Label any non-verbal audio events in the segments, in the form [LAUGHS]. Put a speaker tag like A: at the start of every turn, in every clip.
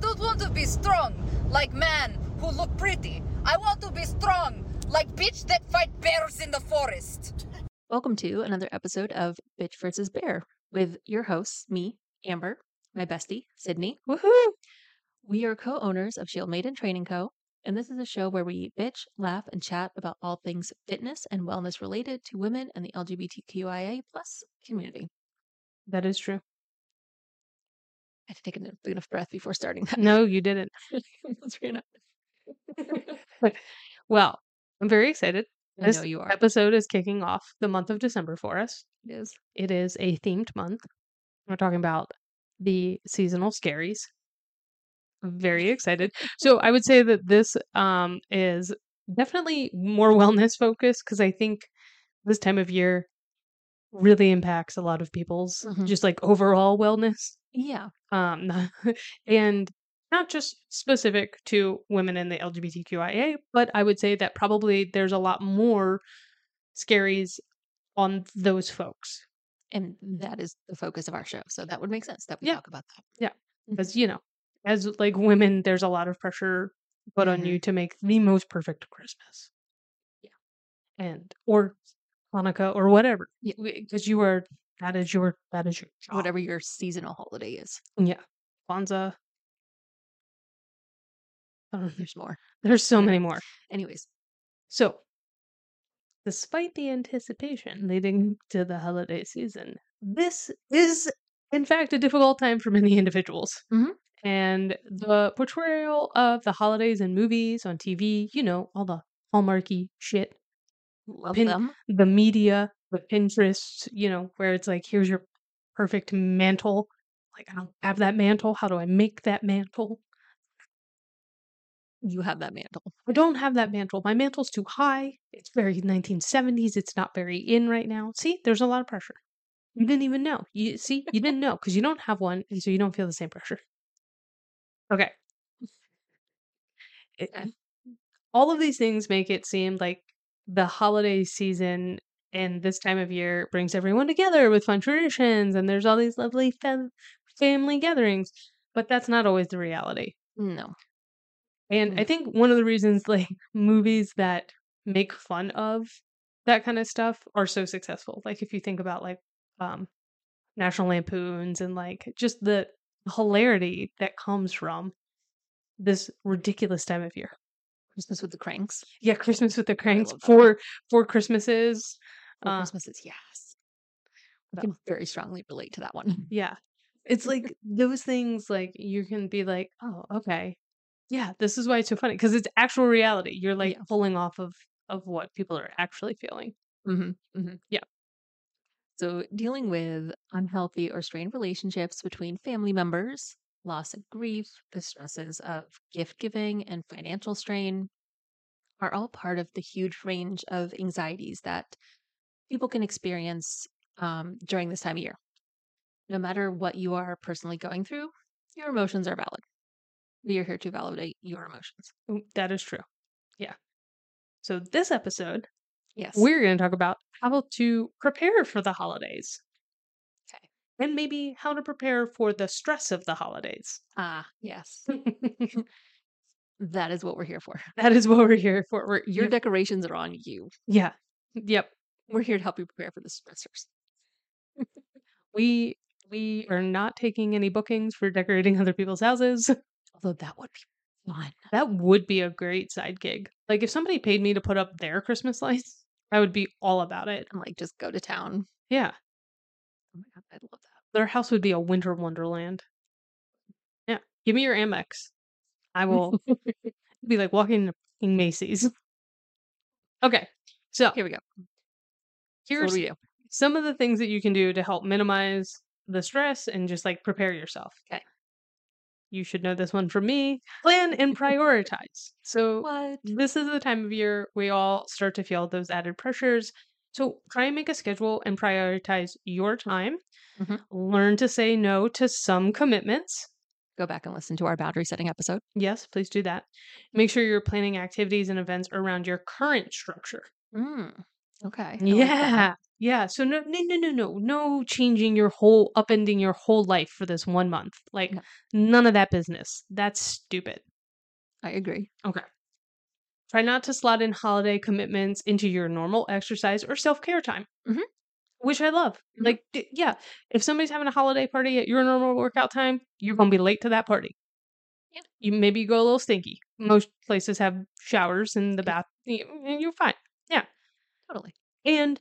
A: don't want to be strong like men who look pretty. I want to be strong like bitch that fight bears in the forest.
B: Welcome to another episode of Bitch vs. Bear with your hosts, me, Amber, my bestie, Sydney. Woohoo! We are co owners of Shield Maiden Training Co., and this is a show where we bitch, laugh, and chat about all things fitness and wellness related to women and the LGBTQIA plus community.
C: That is true.
B: I had to take a n- big enough breath before starting [LAUGHS] that.
C: No, you didn't.
B: Let's run
C: [LAUGHS]
B: out.
C: Well, I'm very excited.
B: I
C: This
B: know you are.
C: Episode is kicking off the month of December for us.
B: It is.
C: It is a themed month. We're talking about the seasonal scaries. I'm very excited. so I would say that this um is definitely more [LAUGHS] wellness focused because I think this time of year really impacts a lot of people's
B: Mhm.
C: just like overall wellness.
B: Yeah.
C: um [LAUGHS] and not just specific to women in the LGBTQIA, but I would say that probably there's a lot more scaries on those folks
B: And that is the focus of our show. So that would make sense that we
C: Yeah.
B: talk about that. Mm.
C: because you know, as like women, there's a lot of pressure put on
B: Mhm.
C: you to make the most perfect Christmas, yeah, and or Hanukkah or whatever,
B: Yeah.
C: because you are that is your that is your job.
B: Whatever your seasonal holiday is,
C: yeah, Kwanzaa. I don't know. [LAUGHS]
B: there's more.
C: There's so many more.
B: Anyways,
C: So, despite the anticipation leading to the holiday season, this is, in fact, a difficult time for many individuals.
B: Mhm.
C: And the portrayal of the holidays in movies, on TV, you know, all the hallmarky shit,
B: love
C: Pin-
B: them.
C: the media, the Pinterest, you know, where it's like, here's your perfect mantle. Like, I don't have that mantle. How do I make that mantle?
B: You have that mantle.
C: I don't have that mantle. My mantle's too high. It's very 1970s. It's not very in right now. See, there's a lot of pressure. You didn't even know. You see, you didn't know because you don't have one, and so you don't feel the same pressure. Okay. It- uh,
B: Okay.
C: all of these things make it seem like the holiday season and this time of year brings everyone together with fun traditions, and there's all these lovely fam- family gatherings. But that's not always the reality.
B: No.
C: And I
B: Mm.
C: think one of the reasons [LAUGHS] like movies that make fun of that kind of stuff are so successful. Like if you think about like um National Lampoons and like just the hilarity that comes from this ridiculous time of year.
B: Christmas with the Cranks.
C: Yeah,
B: [LAUGHS]
C: Christmas with the Cranks
B: love that.
C: for for Christmases.
B: Four
C: Uh,
B: Christmases, yes. I
C: What
B: can very strongly relate to that one.
C: Yeah. It's like those things like you can be like, "Oh, okay. Yeah, this is why it's so funny because it's actual reality. You're like
B: Yeah.
C: pulling off of of what people are actually feeling."
B: Mm-hmm,
C: Yeah.
B: So, dealing with unhealthy or strained relationships between family members, loss of grief, the stresses of gift giving, and financial strain are all part of the huge range of anxieties that people can experience um, during this time of year. No matter what you are personally going through, your emotions are valid. We are here to validate your emotions.
C: Mm, That is true. Yeah. So this episode,
B: Yes.
C: we're going to talk about how to prepare for the holidays.
B: Okay.
C: And maybe how to prepare for the stress of the holidays.
B: [LAUGHS] Ah, yes.
C: that
B: That is what we're here for.
C: is what we're here for. We're,
B: Your
C: yeah.
B: decorations are on you.
C: yeah. Yep.
B: We're here to help you prepare for the stressors.
C: We we are not taking any bookings for decorating [LAUGHS] other people's houses.
B: Although that would be fun.
C: That would be a great side gig. Like if somebody paid me to put up their Christmas lights, I would be all about it.
B: And like just go to town.
C: Yeah.
B: Oh my god, I'd love that.
C: their house would be a winter wonderland. Yeah. Give me your Amex. I will it'd be like walking into fucking Macy's. Okay. So
B: Here we go. So what
C: here's
B: do we do?
C: some of the things that you can do to help minimize the stress and just like prepare yourself.
B: Okay.
C: You should know this one from me. Plan and prioritize. So
B: What?
C: this is the time of year we all start to feel those added pressures. So try and make a schedule and prioritize your time.
B: Mhm.
C: Learn to say no to some commitments.
B: Go back and listen to our boundary setting episode.
C: Yes, please do that. Make sure you're planning activities and events around your current structure.
B: Mm, okay. I like that.
C: yeah. Yeah. So no, no, no, no, no, no changing your whole, upending your whole life for this one month. Like
B: No.
C: none of that business. That's stupid.
B: I agree.
C: Try not to slot in holiday commitments into your normal exercise or self care time,
B: Mhm.
C: which I love.
B: Mhm.
C: Like, d- yeah, if somebody's having a holiday party at your normal workout time, you're going to be late to that party.
B: Yeah.
C: You maybe you go a little stinky. Most places have showers in the bath, y- and you're fine.
B: Totally.
C: and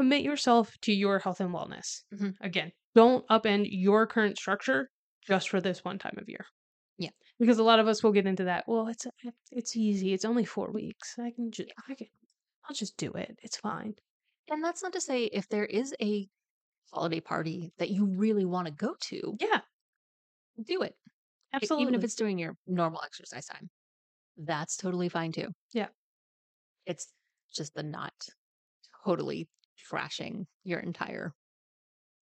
C: commit yourself to your health and wellness.
B: Mhm.
C: Again, don't upend your current structure just for this one time of year.
B: Yeah.
C: because a lot of us will get into that. Well, it's eh, it's easy. It's only four weeks. I can just I can I'll just do it. It's fine.
B: And that's not to say if there is a holiday party that you really want to go to,
C: Yeah,
B: do it. E-
C: absolutely.
B: Even if it's doing your normal exercise time, that's totally fine too.
C: Yeah.
B: It's just the not totally trashing your entire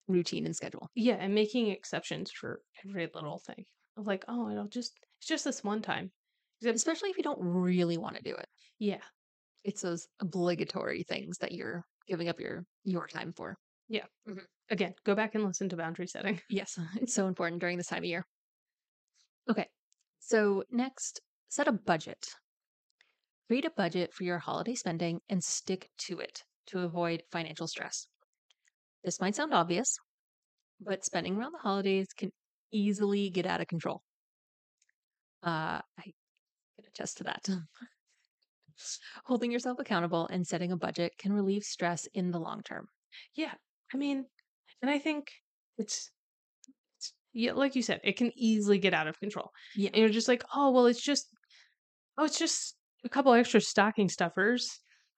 B: routine and schedule.
C: yeah, and making exceptions for every little thing. Of Like, oh, it'll just it's just this one time. Except,
B: Especially if you don't really want to do it.
C: yeah,
B: It's those obligatory things that you're giving up your your time for.
C: again, go back and listen to boundary setting.
B: Yes, [LAUGHS] it's so important during this time of year. Okay, so next, set a budget. Create a budget for your holiday spending and stick to it to avoid financial stress. This might sound obvious, but spending around the holidays can easily get out of control. Uh, I can attest to that. [LAUGHS] Holding yourself accountable and setting a budget can relieve stress in the long term.
C: Yeah, I mean, and I think it's, it's yeah, like you said, it can easily get out of control.
B: Yeah.
C: and you're just like, oh well, it's just oh, it's just a couple extra stocking stuffers.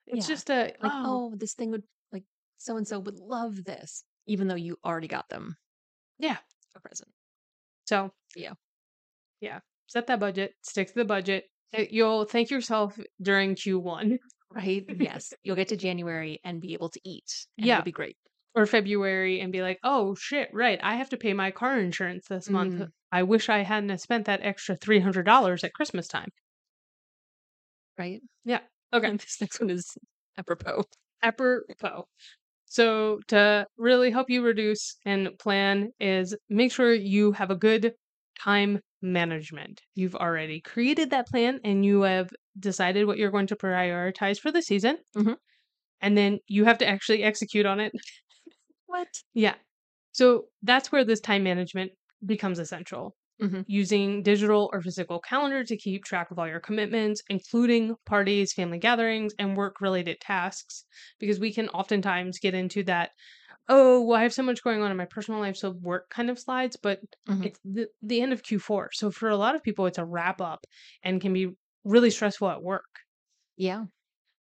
C: It's
B: Yeah.
C: just a
B: like
C: oh,
B: oh, this thing would like so and so would love this even though you already got them
C: Yeah.
B: a present
C: so
B: yeah.
C: yeah. Set that budget. Stick to the budget. Uh, You'll thank yourself during Q one [LAUGHS]
B: right yes you'll get to january and be able to eat and
C: Yeah.
B: it'll be great
C: or February and be like, oh shit, right? I have to pay my car insurance this month.
B: Mhm.
C: I wish I hadn't have spent that extra three hundred dollars at Christmas time.
B: right
C: Okay.
B: and [LAUGHS] this next one is apropos
C: apropos. So, to really help you reduce and plan, is make sure you have a good time management. You've already created that plan and you have decided what you're going to prioritize for the season.
B: Mhm.
C: And then you have to actually execute on it.
B: what
C: Yeah. So, that's where this time management becomes essential.
B: Mhm.
C: Using digital or physical calendar to keep track of all your commitments, including parties, family gatherings, and work related tasks because we can oftentimes get into that oh well i have so much going on in my personal life so work kind of slides but
B: Mhm.
C: it's the, the end of q4 so for a lot of people it's a wrap up and can be really stressful at work
B: yeah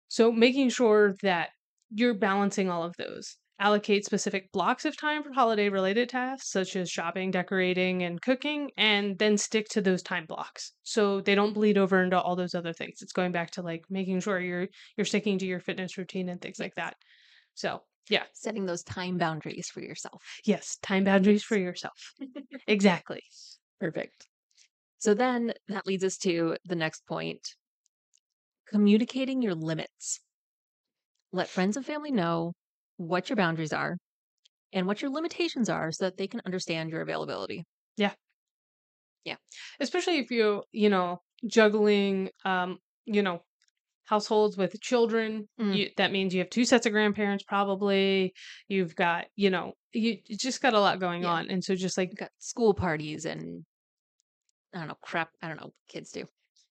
C: so making sure that you're balancing all of those allocate specific blocks of time for holiday related tasks such as shopping decorating and cooking and then stick to those time blocks so they don't bleed over into all those other things it's going back to like making sure you're you're sticking to your fitness routine and things like that so yeah
B: setting those time boundaries for yourself
C: Yes, time boundaries for yourself. exactly.
B: perfect so then that leads us to the next point communicating your limits let friends and family know what your boundaries are and what your limitations are so that they can understand your availability
C: Especially if you, you know, juggling um, you know, households with children,
B: Mm.
C: you, that means you have two sets of grandparents probably. You've got, you know, you, you just got a lot going
B: Yeah.
C: on and so just like
B: You've got school parties and I don't know, crap. I don't know what kids do.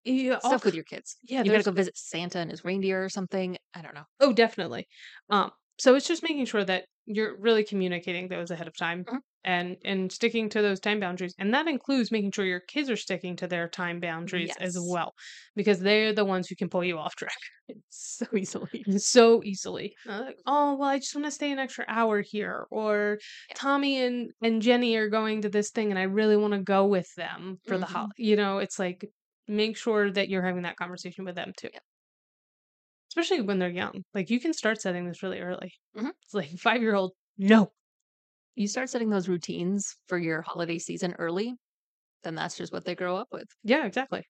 C: you all
B: Stuff with
C: k-
B: your kids.
C: Oh, yeah,
B: you
C: there's
B: gotta go visit Santa and his reindeer or something. I don't know. [LAUGHS]
C: Oh, definitely. Um, so it's just making sure that you're really communicating those ahead of time
B: Mhm.
C: and and sticking to those time boundaries. And that includes making sure your kids are sticking to their time boundaries as
B: Yes.
C: well, because they're the ones who can pull you off track
B: So easily.
C: [LAUGHS] so easily. Uh, like, oh well, I just want to stay an extra hour here, or
B: Yeah.
C: Tommy and and Jenny are going to this thing, and I really want to go with them for the
B: Mhm.
C: holiday. You know, it's like make sure that you're having that conversation with them too.
B: Yeah.
C: Especially when they're young, like you can start setting this really early.
B: Mhm.
C: It's like five year old, no,
B: You start setting those routines for your holiday season early, then that's just what they grow up with.
C: yeah, exactly.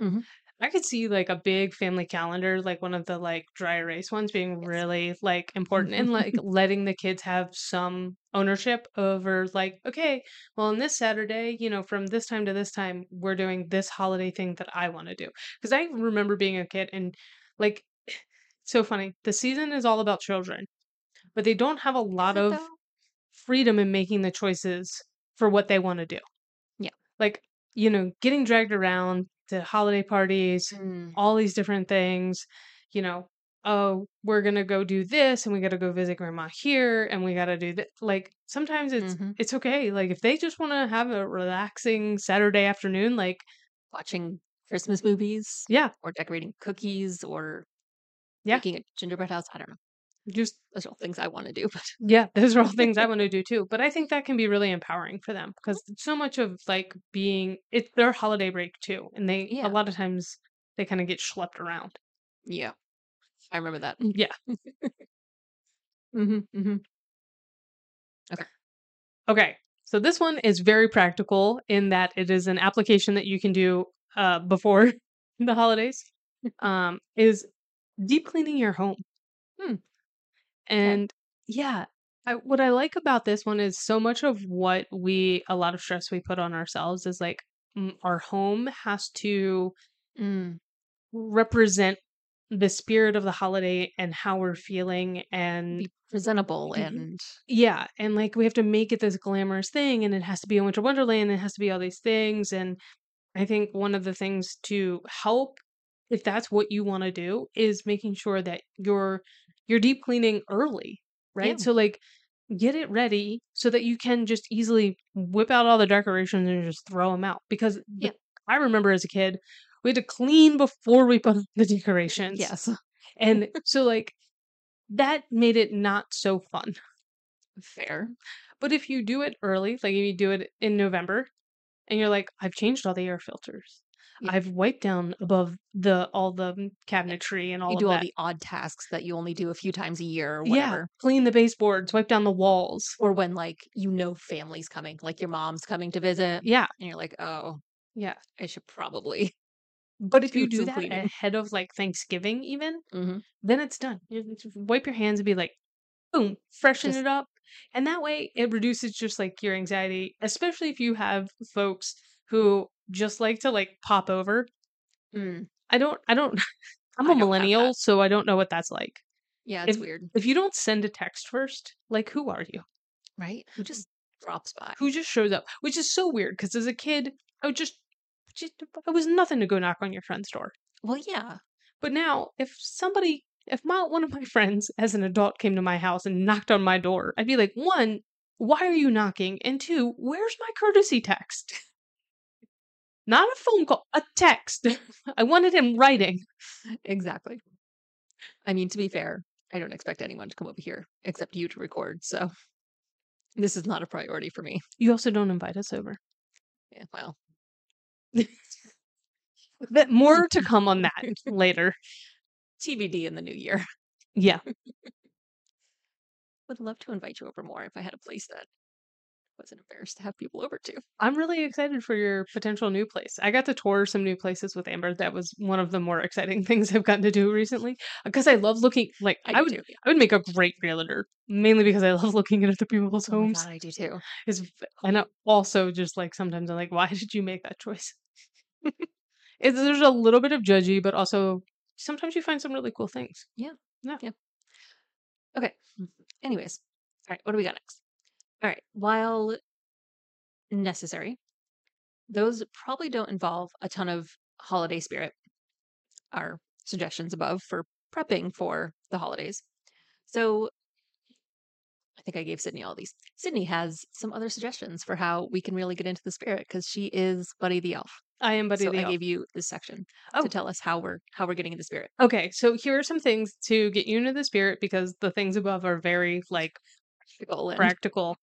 B: Mhm.
C: I could see like a big family calendar, like one of the like dry erase ones being
A: Yes.
C: really like important and
B: [LAUGHS]
C: like letting the kids have some ownership over like, okay, well on this Saturday, you know, from this time to this time, we're doing this holiday thing that I want to do. Because I remember being a kid and like [SIGHS] so funny. The season is all about children, but they don't have a lot
B: it
C: of
B: though?
C: freedom in making the choices for what they want to do.
B: Yeah.
C: Like, you know, getting dragged around to holiday parties, all these different things, you know, oh, we're going to go do this and we got to go visit grandma here and we got to do that. Like, sometimes it's
B: Mhm.
C: it's okay. Like if they just want to have a relaxing Saturday afternoon, like
B: Watching Christmas movies
C: yeah,
B: or decorating cookies or
C: Yeah.
B: making a gingerbread house. I don't know.
C: just
B: Those are all things I want to do, [LAUGHS] but
C: Yeah, those are all things I want to do too. But I think that can be really empowering for them because so much of like being it's their holiday break too, and they
B: Yeah.
C: a lot of times they kind of get schlepped around.
B: yeah. I remember that.
C: Mm, Yeah. [LAUGHS] Mm-hmm,
B: hmm hmm
C: Okay. So this one is very practical in that it is an application that you can do uh, before [LAUGHS] the holidays. Um, is deep cleaning your home.
B: Hmm.
C: And yeah, I, what I like about this one is so much of what we a lot of stress we put on ourselves is like mm, our home has to
B: Mm.
C: represent the spirit of the holiday and how we're feeling and
B: Be presentable
C: Mhm.
B: and
C: yeah and like we have to make it this glamorous thing and it has to be a winter wonderland and it has to be all these things and i think one of the things to help if that's what you want to do is making sure that you're you're deep cleaning early right
B: Yeah.
C: so like get it ready so that you can just easily whip out all the decorations and just throw them out because the-
B: Yeah.
C: i remember as a kid we had to clean before we put up the decorations
B: yes, [LAUGHS]
C: and so like that made it not so fun
B: fair.
C: but if you do it early, like if you do it in November, and you're like, I've changed all the air filters,
B: Yeah.
C: I've wiped down above the all the mm, cabinetry and all
B: you
C: of
B: do all
C: that.
B: the odd tasks that you only do a few times a year or whatever.
C: yeah, clean the baseboards, wipe down the walls.
B: Or when like you know family's coming, like your mom's coming to visit,
C: Yeah,
B: and you're like, oh,
C: yeah.
B: I should probably. [LAUGHS]
C: But if you
B: do
C: do
B: some
C: that
B: cleaning.
C: ahead of like Thanksgiving, even
B: hmm
C: then it's done. You just wipe your hands and be like, boom, freshen
B: Just-
C: it up, and that way it reduces just like your anxiety, especially if you have folks who just like to like pop over.
B: Mm.
C: I don't. I don't. [LAUGHS] I'm
B: I don't have that.
C: a millennial, so I don't know what that's like.
B: Yeah, it's weird,
C: If you don't send a text first, like who are you?
B: right? Who just drops by?
C: Who just shows up? Which is so weird because as a kid, I would just, just I was nothing to go knock on your friend's door.
B: Well, yeah, [LAUGHS]
C: But now, if somebody, if my one of my [LAUGHS] friends as an adult came to my house and knocked on my door, I'd be like, one, why are you knocking? And two, where's my courtesy text? [LAUGHS] Not a phone call, a text. [LAUGHS] I wanted him writing.
B: exactly. I mean, to be fair, I don't expect anyone to come over here except you to record. So this is not a priority for me.
C: You also don't invite us over.
B: Yeah, well,
C: That more to come on that later.
B: TBD in the new year. [LAUGHS]
C: Yeah.
B: Would love to invite you over more if I had a place that wasn't embarrassed to have people over to.
C: I'm really excited for your potential new place. I got to tour some new places with Amber. That was one of the more exciting [LAUGHS] things I've gotten to do recently. Because I love looking like
B: I,
C: I,
B: do
C: would
B: too.
C: I would make a great realtor, mainly because I [LAUGHS] love looking at other people's
B: Oh my
C: homes.
B: god, I do too.
C: Is and I also just like sometimes I'm like, why did you make that choice? [LAUGHS] it's, there's a little bit of judgy, but also sometimes you find some really cool things.
B: Okay.
C: Mm.
B: Anyways, all right, what do we got next? All right, while necessary, those probably don't involve a ton of holiday spirit, our suggestions above for prepping for the holidays. So I think I gave Sydney all these. Sydney has some other suggestions for how we can really get into the spirit because she is Buddy the Elf.
C: I am buddy
B: so
C: the
B: I
C: elf.
B: gave you this section
C: Oh.
B: to tell us how we're how we're getting into the spirit.
C: Okay, so here are some things to get you into the spirit because the things above are very like
B: Practical and-
C: practical.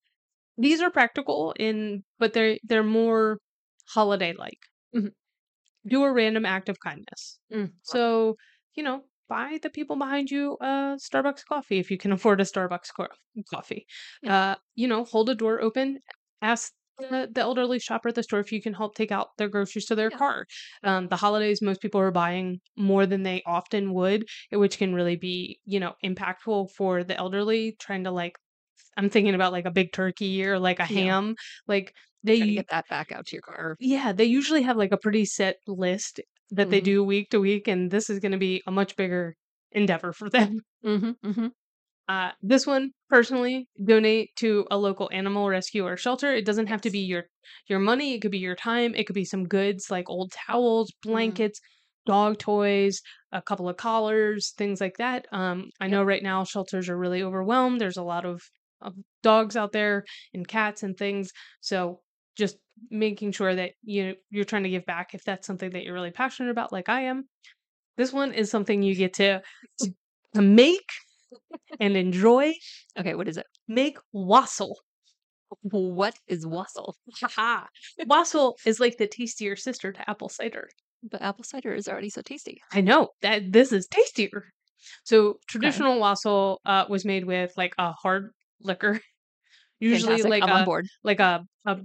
C: These are practical in, but they're they're more holiday like.
B: Mhm.
C: Do a random act of kindness.
B: Mm,
C: So you know, buy the people behind you a Starbucks coffee [LAUGHS] if you can afford a Starbucks co- coffee. Uh, you know, hold a door open. Ask the, the elderly shopper at the store if you can help take out their groceries to their
B: Yeah.
C: car. Um, the holidays, most people are buying more than they often would, eh, which can really be, you know, impactful for the elderly trying to like, I'm thinking about like a big turkey or like a
B: Yeah.
C: ham. Like they,
B: Try to
C: u-
B: get that back out to your car.
C: yeah, they usually have like a pretty set list that they
B: Mhm.
C: do week to week. And this is going to be a much bigger endeavor for [LAUGHS] them.
B: Mm-hmm, mm-hmm.
C: Uh, this one, personally, donate to a local animal rescue or shelter. It doesn't have to
B: Yes.
C: be your your money. It could be your time. It could be some goods like old towels, blankets, dog toys, a couple of collars, things like that. Um, I
B: Yep.
C: know right now shelters are really overwhelmed. There's a lot of, of dogs out there and cats and things. So just making sure that you you're trying to give back if that's something that you're really passionate about, like I am. This one is something you get to to, to make and enjoy
B: Okay, what is it?
C: make wassail.
B: What is wassail?
C: Haha. wassail is like the tastier sister to apple cider.
B: But apple cider is already so tasty.
C: I know that this is tastier. So traditional wassail uh, was made with like a hard liquor, [LAUGHS] usually
B: Fantastic.
C: like uh,
B: I'm on
C: a,
B: board.
C: like a a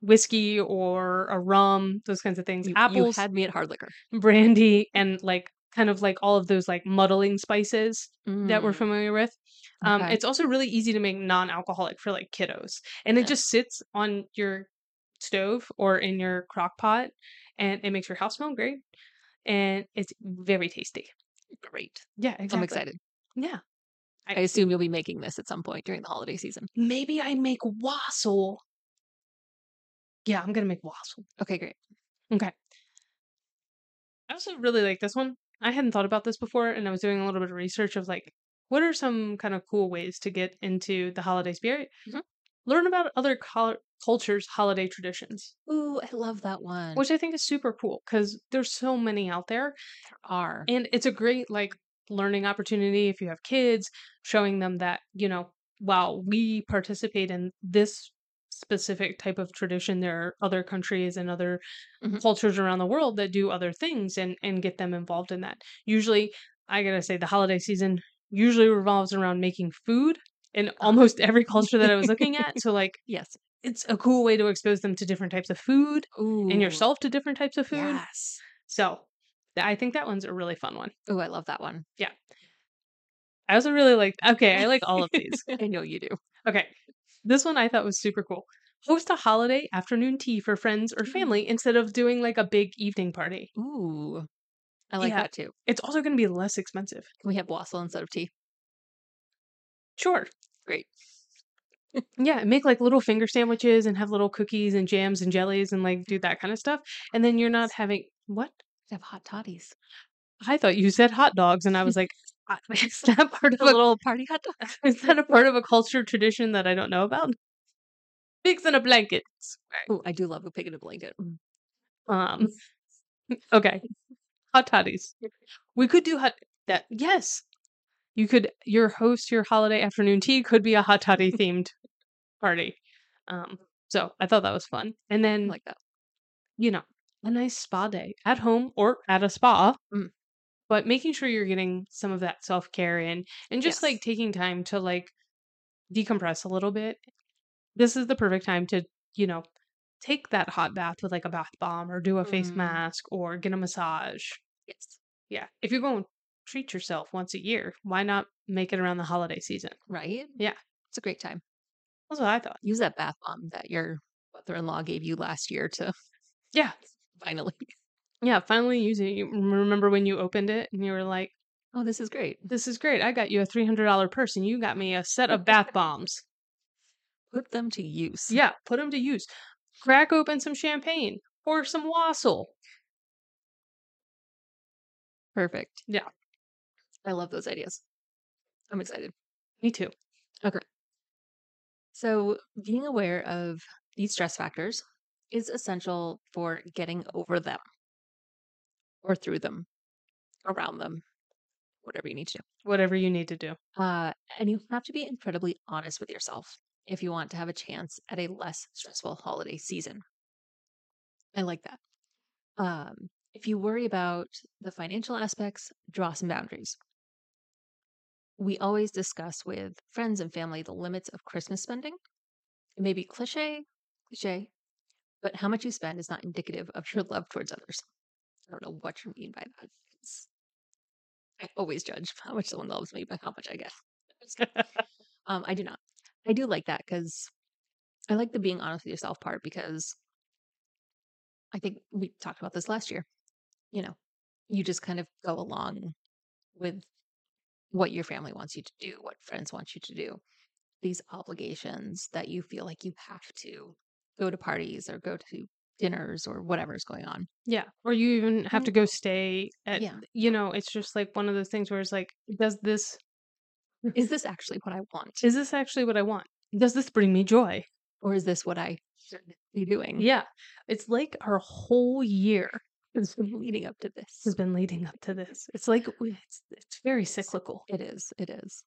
C: whiskey or a rum, those kinds of things.
B: You, you
C: Apples,
B: had me at hard liquor
C: brandy, and like kind of like all of those like muddling spices. that we're
B: Mm,
C: familiar with. Um,
B: okay.
C: It's also really easy to make non-alcoholic for like kiddos, and it
B: Yeah.
C: just sits on your stove or in your crock pot, and it makes your house smell great, and it's very tasty.
B: great.
C: Yeah, exactly.
B: I'm excited.
C: Yeah,
B: I assume you'll be making this at some point during the holiday season.
C: maybe I make wassail. Yeah, I'm gonna make wassail.
B: Okay, great.
C: Okay. I also really like this one. I hadn't thought about this before, and I was doing a little bit of research of like, what are some kind of cool ways to get into the holiday spirit?
B: Mhm.
C: Learn about other col- cultures' holiday traditions,
B: Ooh, I love that one.
C: which I think is super cool because there's so many out there,
B: are
C: and it's a great like learning opportunity if you have kids, showing them that you know, wow, we participate in this specific type of tradition. There are other countries and other
B: Mhm.
C: cultures around the world that do other things and and get them involved in that. Usually, I gotta say the holiday season usually revolves around making food in almost every culture that I was looking at. So like
B: yes.
C: it's a cool way to expose them to different types of food
B: Ooh,
C: and yourself to different types of food.
B: Yes.
C: So th- I think that one's a really fun one.
B: Ooh, I love that one.
C: I also really like okay, I like
B: [LAUGHS]
C: all of these.
B: I know you do.
C: Okay. This one I thought was super cool. Host a holiday afternoon tea for friends or
B: Mm.
C: family instead of doing like a big evening party.
B: Ooh, I like
C: Yeah.
B: that too.
C: It's also going to be less expensive.
B: Can we have wassail instead of tea?
C: Sure.
B: Great.
C: Yeah, and make like little finger sandwiches and have little cookies and jams and jellies and like do that kind of stuff. And then you're not having what?
B: We have hot toddies.
C: I thought you said hot dogs, and
B: [LAUGHS]
C: I was like, "I- [LAUGHS] is that part of
B: A
C: a
B: little party hot dog.
C: is that a part of a culture tradition that I don't know about? Pigs in a blanket.
B: Ooh, I do love a pig in a blanket. Mm.
C: Um, okay, hot toddies. We could do hot that. Yes, you could. Your host, your holiday afternoon tea could be a hot toddy themed party. Um, so I thought that was fun. And
B: I
C: then
B: like that.
C: you know, a nice spa day at home or at a spa.
B: Mm.
C: But making sure you're getting some of that self care in and just
B: Yes.
C: like taking time to like decompress a little bit. This is the perfect time to, you know, take that hot bath with like a bath bomb or do a face
B: Mm.
C: mask or get a massage.
B: Yes.
C: Yeah. If you're going to treat yourself once a year, why not make it around the holiday season?
B: Right?
C: Yeah.
B: It's a great time.
C: That's what I thought.
B: Use that bath bomb that your mother in law gave you last year to [LAUGHS]
C: Yeah.
B: finally.
C: Yeah. Finally use it. You remember when you opened it and you were like,
B: Oh, this is great.
C: this is great. I got you a $300 purse and you got me a set of bath bombs.
B: Put them to use.
C: Yeah, put them to use. Crack open some champagne or some wassail.
B: Perfect.
C: Yeah.
B: I love those ideas. I'm excited.
C: Me too.
B: So, being aware of these stress factors is essential for getting over them or through them, around them, whatever you need to
C: Whatever you need to do. [LAUGHS]
B: do. Uh, and you have to be incredibly honest with yourself if you want to have a chance at a less stressful holiday season. I like that. Um, if you worry about the financial aspects, draw some boundaries. We always discuss with friends and family the limits of Christmas spending. It may be cliche, Touche. But how much you spend is not indicative of your love towards others. I don't know what you mean by that. It's- I always judge how much someone loves me by how much I get. um, I do not. I do like that because I like the being honest with yourself part because I think we talked about this last year. You know, you just kind of go along with what your family wants you to do, what friends want you to do, these obligations that you feel like you have to go to parties or go to dinners or whatever's going on.
C: Yeah. Or you even have
B: Mm.
C: to go stay at, [LAUGHS]
B: Yeah.
C: you know, it's just like one of those things where it's like, does this,
B: Is this actually what I want?
C: is this actually what I want? Does this bring me joy?
B: Or is this what I should be doing?
C: Yeah. It's like our whole year
B: It's been leading up to this.
C: has been leading up to this. It's like, we- it's, it's very cyclical.
B: It is. It is.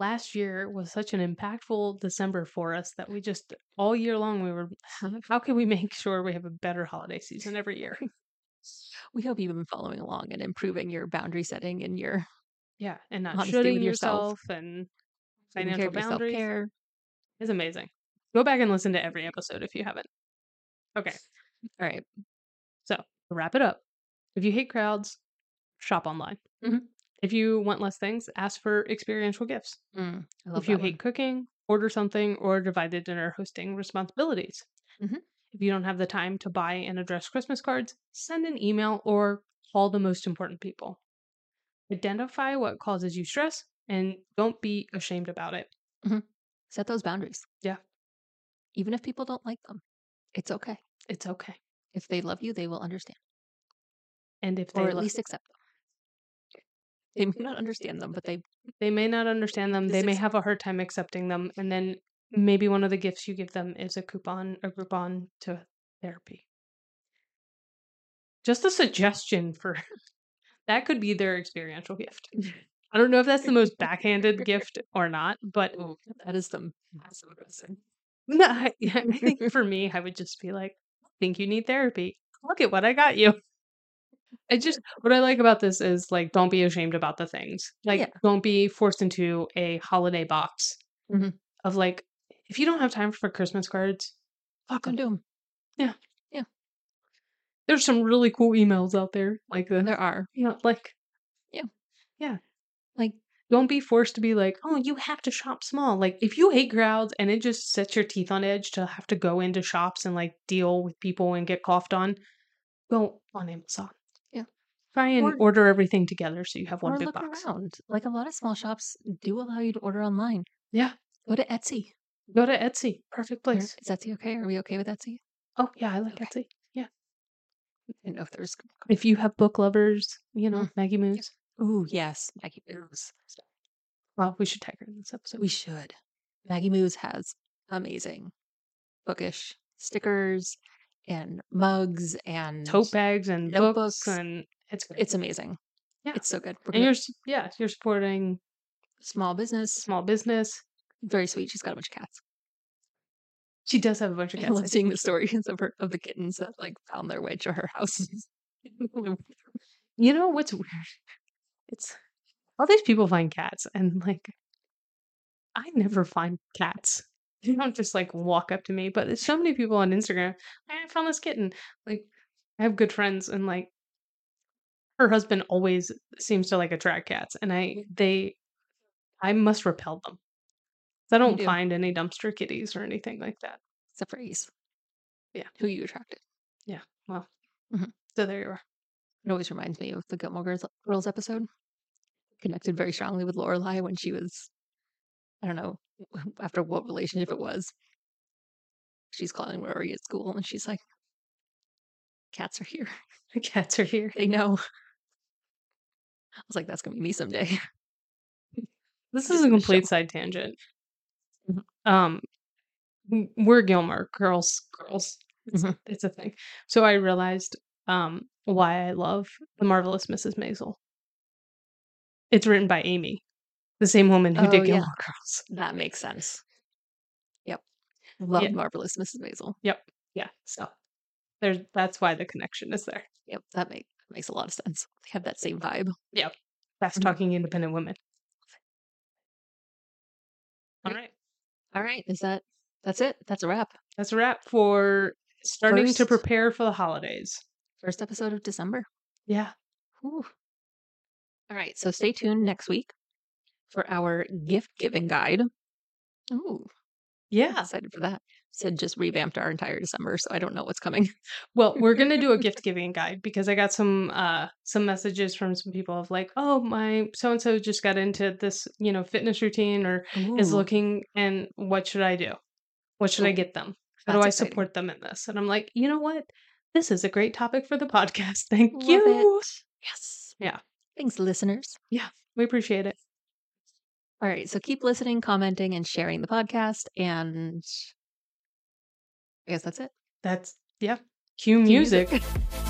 C: Last year was such an impactful December for us that we just, all year long, we were, how can we make [LAUGHS] sure we have a better holiday season every year? [LAUGHS]
B: We hope you've been following along and improving your boundary setting and your
C: Yeah. And not
B: Honesty
C: shooting
B: with yourself.
C: yourself and
B: taking care
C: financial
B: of your
C: boundaries.
B: self-care.
C: It's amazing. Go back and listen to every episode if you haven't. Okay,
B: All right.
C: to wrap it up. If you hate crowds, shop online.
B: Mhm.
C: If you want less things, ask for experiential gifts.
B: Mm, I love
C: If you
B: that
C: hate
B: one.
C: cooking, order something or divide the dinner hosting responsibilities.
B: Mhm.
C: If you don't have the time to buy and address Christmas cards, send an email or call the most important people. Identify what causes you stress and don't be ashamed about it.
B: set those boundaries.
C: Yeah.
B: Even if people don't like them, it's okay.
C: It's okay.
B: If they love you, they will understand,
C: And if they
B: or at
C: lo-
B: least accept them. They may not understand them,
C: [LAUGHS]
B: but they
C: they may not understand them.
B: Just
C: They may
B: accept
C: have a hard time accepting them. And then maybe one of the gifts you give them is a coupon, a Groupon to therapy. Just a suggestion for [LAUGHS] that could be their experiential gift. I don't know if that's the most backhanded gift or not, but
B: oh, that is some passive aggressive.
C: no, I, [LAUGHS] I think for me, I would just be like, "I think you need therapy. Look at what I got you. I just what I like about this is like don't be ashamed about the things. Like
B: Yeah.
C: don't be forced into a holiday box
B: Mhm.
C: of like if you don't have time for Christmas cards, fuck 'em.
B: Don't do 'em.
C: There's some really cool emails out there like the
B: There are
C: you know like
B: like
C: don't be forced to be like, "Oh, you have to shop small." Like if you hate crowds and it just sets your teeth on edge to have to go into shops and like deal with people and get coughed on, go on Amazon.
B: Yeah.
C: Try and
B: Or-
C: order everything together so you have one
B: or
C: big
B: look
C: box.
B: around. Like a lot of small shops do allow you to order online.
C: Yeah.
B: Go to Etsy.
C: Go to Etsy. Perfect
B: Or-
C: place.
B: Is Etsy okay? Are we okay with Etsy?
C: Oh, yeah, I like
B: Okay.
C: Etsy.
B: I didn't know if there's.
C: If you have book lovers, you know,
B: Mm-hmm.
C: Maggie Moves.
B: Ooh, yes, Maggie Moves.
C: Well, we should tag her in this episode.
B: We should. Maggie Moves has amazing bookish stickers and mugs and
C: Tote bags and
B: Notebooks.
C: books and it's great.
B: It's amazing.
C: Yeah.
B: It's so good. We're
C: and
B: gonna-
C: you're s- yeah, you're supporting
B: small business.
C: small business.
B: Very sweet. She's got a bunch of cats. [LAUGHS]
C: She does have a bunch of
B: I love
C: cats.
B: seeing the stories of her of the kittens that like found their way to her house. [LAUGHS]
C: [LAUGHS] You know what's weird? It's all these people find cats, and like, I never find cats. [LAUGHS] They don't just like walk up to me, but there's so many people on Instagram. "Hey, I found this kitten. Like, I have good friends, and like, her husband always seems to like attract cats, and I they, I must repel them. 'Cause I don't
B: do.
C: find any dumpster kitties or anything like that.
B: Except for Ace.
C: Yeah.
B: Who you attracted.
C: So there you are. [LAUGHS]
B: It always reminds me of the Gilmore Girls, Girls episode. Connected very strongly with Lorelai when she was, I don't know, [LAUGHS] after what relationship it was. She's calling Rory at school and she's like, cats are here. [LAUGHS]
C: The cats are here.
B: They know. I was like, that's going to be me someday. [LAUGHS]
C: This
B: Just
C: is a
B: gonna show
C: complete side tangent.
B: Mhm.
C: Um, w- we're Gilmore girls, girls. It's,
B: Mhm.
C: it's a thing. So I realized um why I love the marvelous Mrs. Maisel. It's written by Amy, the same woman who
B: Oh,
C: did
B: yeah.
C: Gilmore Girls.
B: That makes sense. Yep. Love
C: Yeah.
B: Marvelous Mrs. Maisel.
C: Yeah, so there's that's why the connection is there.
B: Yep. That make, makes a lot of sense. They have that same vibe.
C: Fast
B: Mhm.
C: talking independent women. All
B: Great.
C: right.
B: All right. Is that That's it. That's a wrap.
C: That's a wrap for starting to
B: First-
C: prepare for the holidays.
B: First episode of December.
C: Yeah.
B: Whew. All right. So stay tuned next week for our gift giving guide. Ooh, I'm
C: Yeah.
B: excited for that. Sid just revamped our entire December, so I don't know what's coming. [LAUGHS]
C: Well, we're gonna do a gift giving guide because I got some uh some messages from some people of like, oh, my so and so just got into this, you know, fitness routine or is
B: Ooh,
C: looking and what should I do? What should I
B: Ooh,
C: get them? How do
B: that's
C: I
B: exciting.
C: support them in this? And I'm like, you know what? This is a great topic for the podcast. [LAUGHS] Thank
B: Love
C: you.
B: it. Yes.
C: Yeah.
B: Thanks, listeners.
C: We appreciate it.
B: All right. So keep listening, commenting, and sharing the podcast. And I guess that's it.
C: That's yeah. Cue
B: Cue music.
C: music.